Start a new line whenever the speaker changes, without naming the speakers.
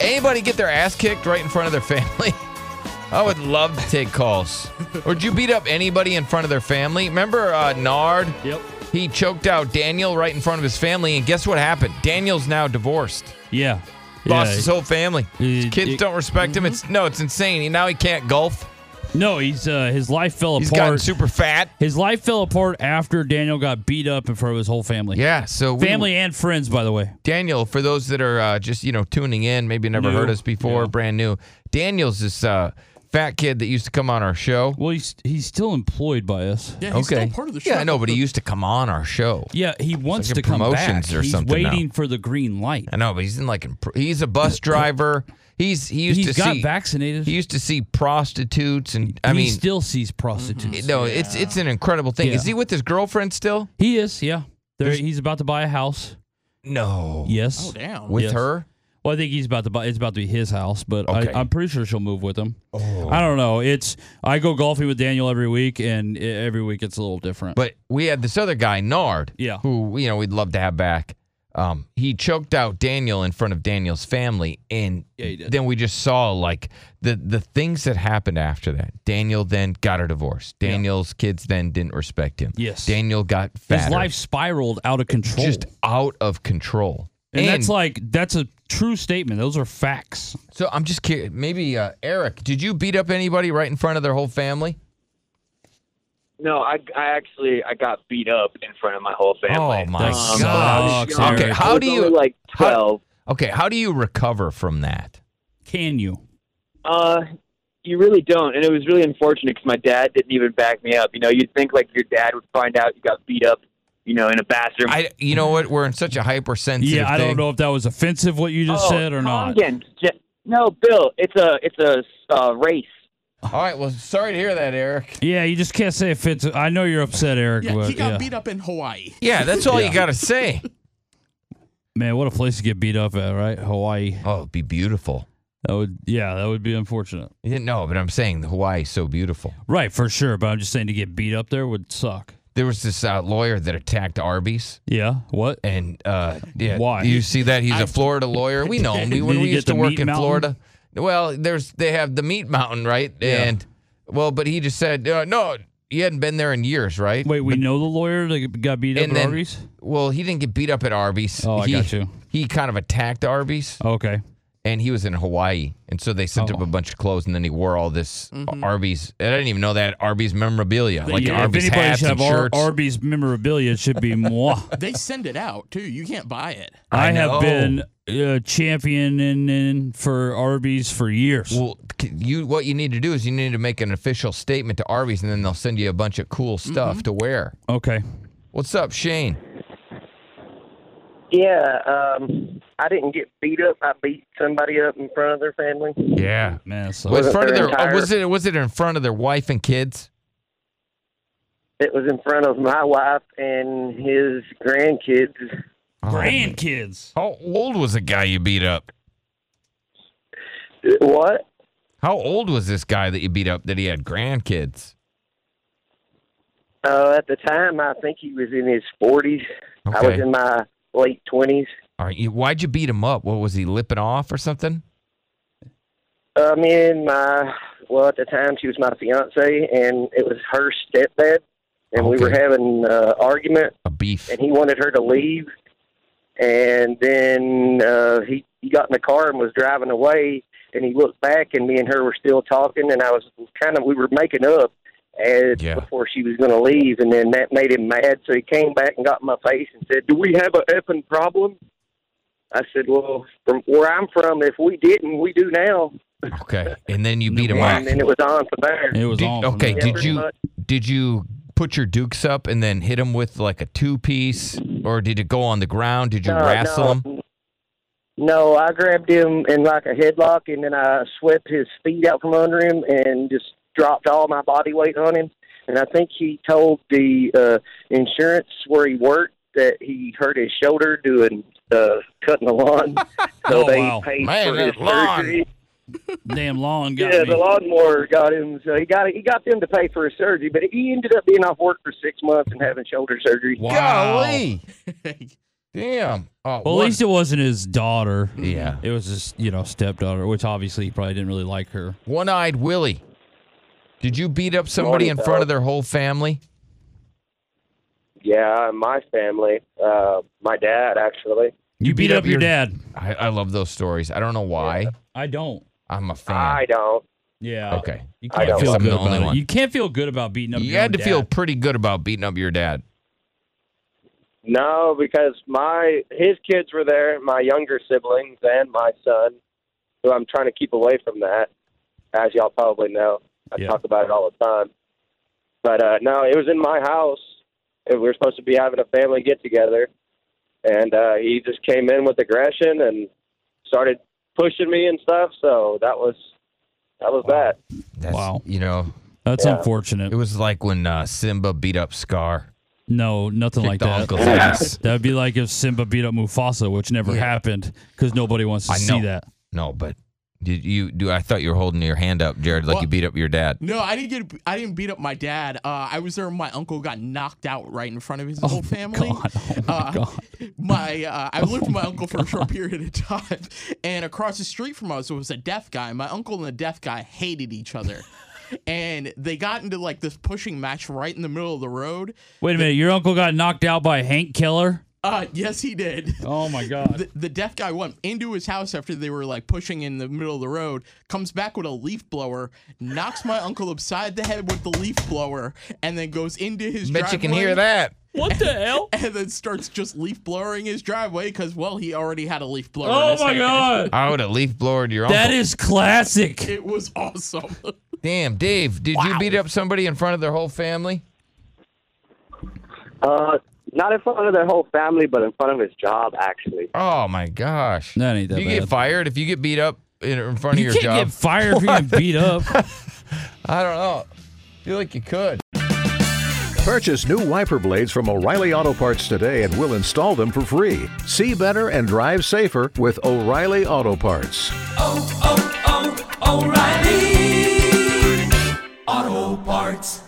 Anybody get their ass kicked right in front of their family? I would love to take calls. or did you beat up anybody in front of their family? Remember uh, Nard?
Yep.
He choked out Daniel right in front of his family, and guess what happened? Daniel's now divorced.
Yeah.
Lost
Yeah.
his whole family. His
It-
kids
it-
don't respect him. It's no, it's insane. He, now he can't golf.
No, he's uh, his life fell
He's gotten
apart.
super fat.
his life fell apart after Daniel got beat up in front of his whole family.
Yeah. So we,
Family and friends, by the way.
Daniel, for those that are uh, just you know tuning in, maybe never
New.
heard us before,
Yeah.
brand new. Daniel's this uh, fat kid that used to come on our show.
Well, he's he's still employed by us.
Yeah, he's still part of the show.
Yeah, I know, but he used to come on our show.
Yeah, he wants
like
to
in
come back.
promotions or
he's
something now.
waiting for the green light.
I know, but he's in like in, he's a bus driver. He's he used
He's
to
got
see
vaccinated.
he used to see prostitutes and I
he
mean
still sees prostitutes.
no, it's it's an incredible thing.
Yeah.
Is he with his girlfriend still?
He is, yeah. There, he's about to buy a house.
No.
Yes.
Oh, damn.
With
Yes.
her?
Well, I think he's about to buy. It's about to be his house, but
Okay. Oh.
I, I'm pretty sure she'll move with him. I don't know. It's I go golfing with Daniel every week, and i- every week it's a little different.
But we had this other guy, Nard,
Yeah.
who you know we'd love to have back. Um, he choked out Daniel in front of Daniel's family, and
Yeah, he did.
then we just saw like the the things that happened after that. Daniel then got a divorce. Daniel's kids then didn't respect him.
Yes.
Daniel got fatter.
his life spiraled out of control.
just out of control.
and that's like that's a true statement. Those are facts.
so. I'm just curious. Maybe uh, Eric, did you beat up anybody right in front of their whole family?
No, I, I actually I got beat up in front of my whole family. Um,
Oh my
That
god!
sucks,
okay,
Eric.
I
how
was
do you?
only, like
how-
twelve?
okay, how do you recover from that?
Can you?
Uh, you really don't, and it was really unfortunate because my dad didn't even back me up. You know, you'd think like your dad would find out you got beat up, you know, in a bathroom.
I, you know what? We're in such a hypersensitive.
Yeah, I don't
thing.
know if that was offensive what you just
Oh,
said or
come
not.
Again, Je- no, Bill, it's a it's a uh, race.
All right. Well, sorry to hear that, Eric.
Yeah, you just can't say offensive. I know you're upset, Eric.
Yeah,
but,
he got
yeah.
beat up in Hawaii.
Yeah, that's all you got to say.
Man, what a place to get beat up at, right? Hawaii.
Oh, it'd be beautiful.
That would, yeah, that would be unfortunate.
You didn't know, but I'm saying the Hawaii's so beautiful.
Right, for sure. But I'm just saying to get beat up there would suck.
There was this uh, lawyer that attacked Arby's.
Yeah. What?
And uh, yeah,
Why?
you see that he's a
I-
Florida lawyer. We know him. We, when
Did he
we
get
used to
the
work
meat
in
mountain?
Florida. Well, there's they have the meat mountain, right?
Yeah.
And well, but he just said uh, no. He hadn't been there in years, right?
Wait, we know the lawyer that got beat up
And
at
then-
Arby's?
Well, he didn't get beat up at Arby's.
Oh, I
he,
got you.
He kind of attacked Arby's,
Okay.
and he was in Hawaii, and so they sent
Oh.
him a bunch of clothes, and then he wore all this
Mm-hmm.
Arby's. I didn't even know that Arby's memorabilia, like
Yeah,
Arby's
if anybody
hats
should
and
have Ar-
shirts.
Arby's memorabilia, it should be moi.
They send it out too. You can't buy it.
I
I, have
know.
been uh, championing in for Arby's for years.
Well, c- you what you need to do is you need to make an official statement to Arby's, and then they'll send you a bunch of cool
Mm-hmm.
stuff to wear.
okay.
What's up, Shane?
Yeah, um, I didn't get beat up. I beat somebody up in front of their family.
Yeah,
Man, so
was in
Wasn't
front of
their
their uh,
entire-
was it was it in front of their wife and kids?
It was in front of my wife and his grandkids.
Oh, grandkids.
How old was the guy you beat up?
What?
How old was this guy that you beat up that he had grandkids?
Uh, at the time, I think he was in his 40s. I was
Okay.
in my late 20s.
All right, you, why'd you beat him up? What was he lipping off or something?
I mean, Uh, my, well, at the time, she was my fiance, and it was her stepdad. And we were
Okay.
having an uh, argument,
A beef.
and he wanted her to leave. And then uh, he, he got in the car and was driving away. And he looked back, and me and her were still talking. And I was kind of we were making up as
Yeah.
before she was going to leave. And then that made him mad, so he came back and got in my face and said, "Do we have a effing problem?" I said, "Well, from where I'm from, if we didn't, we do now."
Okay, and then you beat him up.
And then it was on from there.
It was
Did-
on. from
okay,
there.
Yeah,
did
pretty
you
much.
did you put your dukes up and then hit him with like a two piece, or did it go on the ground? Did you
No,
wrestle
no.
him?
No, I grabbed him in like a headlock, and then I swept his feet out from under him and just dropped all my body weight on him. And I think he told the uh, insurance where he worked that he hurt his shoulder doing uh, cutting the lawn, so
Oh,
they
wow.
paid
Man,
for
that
his
lawn.
surgery.
Damn lawn got
Yeah,
me.
the lawnmower got him. So he got he got them to pay for his surgery, but he ended up being off work for six months and having shoulder surgery.
Wow.
Golly. Damn. Oh,
Well,
what-
at least it wasn't his daughter.
Yeah.
It was his, you know, stepdaughter, which obviously he probably didn't really like her.
One eyed Willie. Did you beat up somebody
Morning,
in
pal.
front of their whole family?
Yeah, my family, uh, my dad actually.
You, beat, up, your dad.
I, I love those stories. I don't know why.
I don't.
I'm a fan.
I don't.
Yeah.
okay.
You
I
can't
don't.
feel
I'm
good
the only
about it.
one.
You can't feel good about beating up
You
your
had to
own
feel
dad.
pretty good about beating up your dad.
No, because my his kids were there, my younger siblings and my son, who I'm trying to keep away from that, as y'all probably know. I
Yeah.
talk about it all the time. But uh no, it was in my house. And we were supposed to be having a family get together and uh he just came in with aggression and started pushing me and stuff, so that was that was that.
That's,
Wow.
You know,
That's
Yeah.
unfortunate.
it was like when uh, Simba beat up Scar.
No, nothing like
Kicked
that.
Uncle's ass.
That'd be like if Simba beat up Mufasa, which never happened because nobody wants to
I
see
know.
that.
No, but did you do? I thought you were holding your hand up, Jared, like
Well-
you beat up your dad.
No, I didn't get. I didn't beat up my dad. Uh, I was there. when My uncle got knocked out right in front of his whole family.
God, oh my
uh,
God. Oh
my uh, I lived with my uncle for a short period of time, and across the street from us was a deaf guy. My uncle and the deaf guy hated each other, and they got into like this pushing match right in the middle of the road.
Wait a minute. Your uncle got knocked out by Hank Keller?
Uh, yes, he did.
Oh my God.
The, the deaf guy went into his house after they were like pushing in the middle of the road, comes back with a leaf blower, knocks my uncle upside the head with the leaf blower, and then goes into his
Bet you can
driveway
hear that.
what the hell?
And then starts just leaf blowing his driveway because, well, he already had a leaf blower. in
Oh
his
my
hand.
God.
I would have leaf blowered your uncle.
That is classic.
It was awesome.
Oh,
Damn, Dave, did you beat up somebody in front of their whole family?
Uh not in front of their whole family, but in front of his job actually.
Oh my gosh.
That ain't that
you
bad.
get fired if you get beat up in, in front
You
of your
can't
job.
get fired if you're getting beat up.
I don't know. feel like you could.
Purchase new wiper blades from O'Reilly Auto Parts today and we'll install them for free. See better and drive safer with O'Reilly Auto Parts.
oh, oh, O'Reilly. Auto Parts.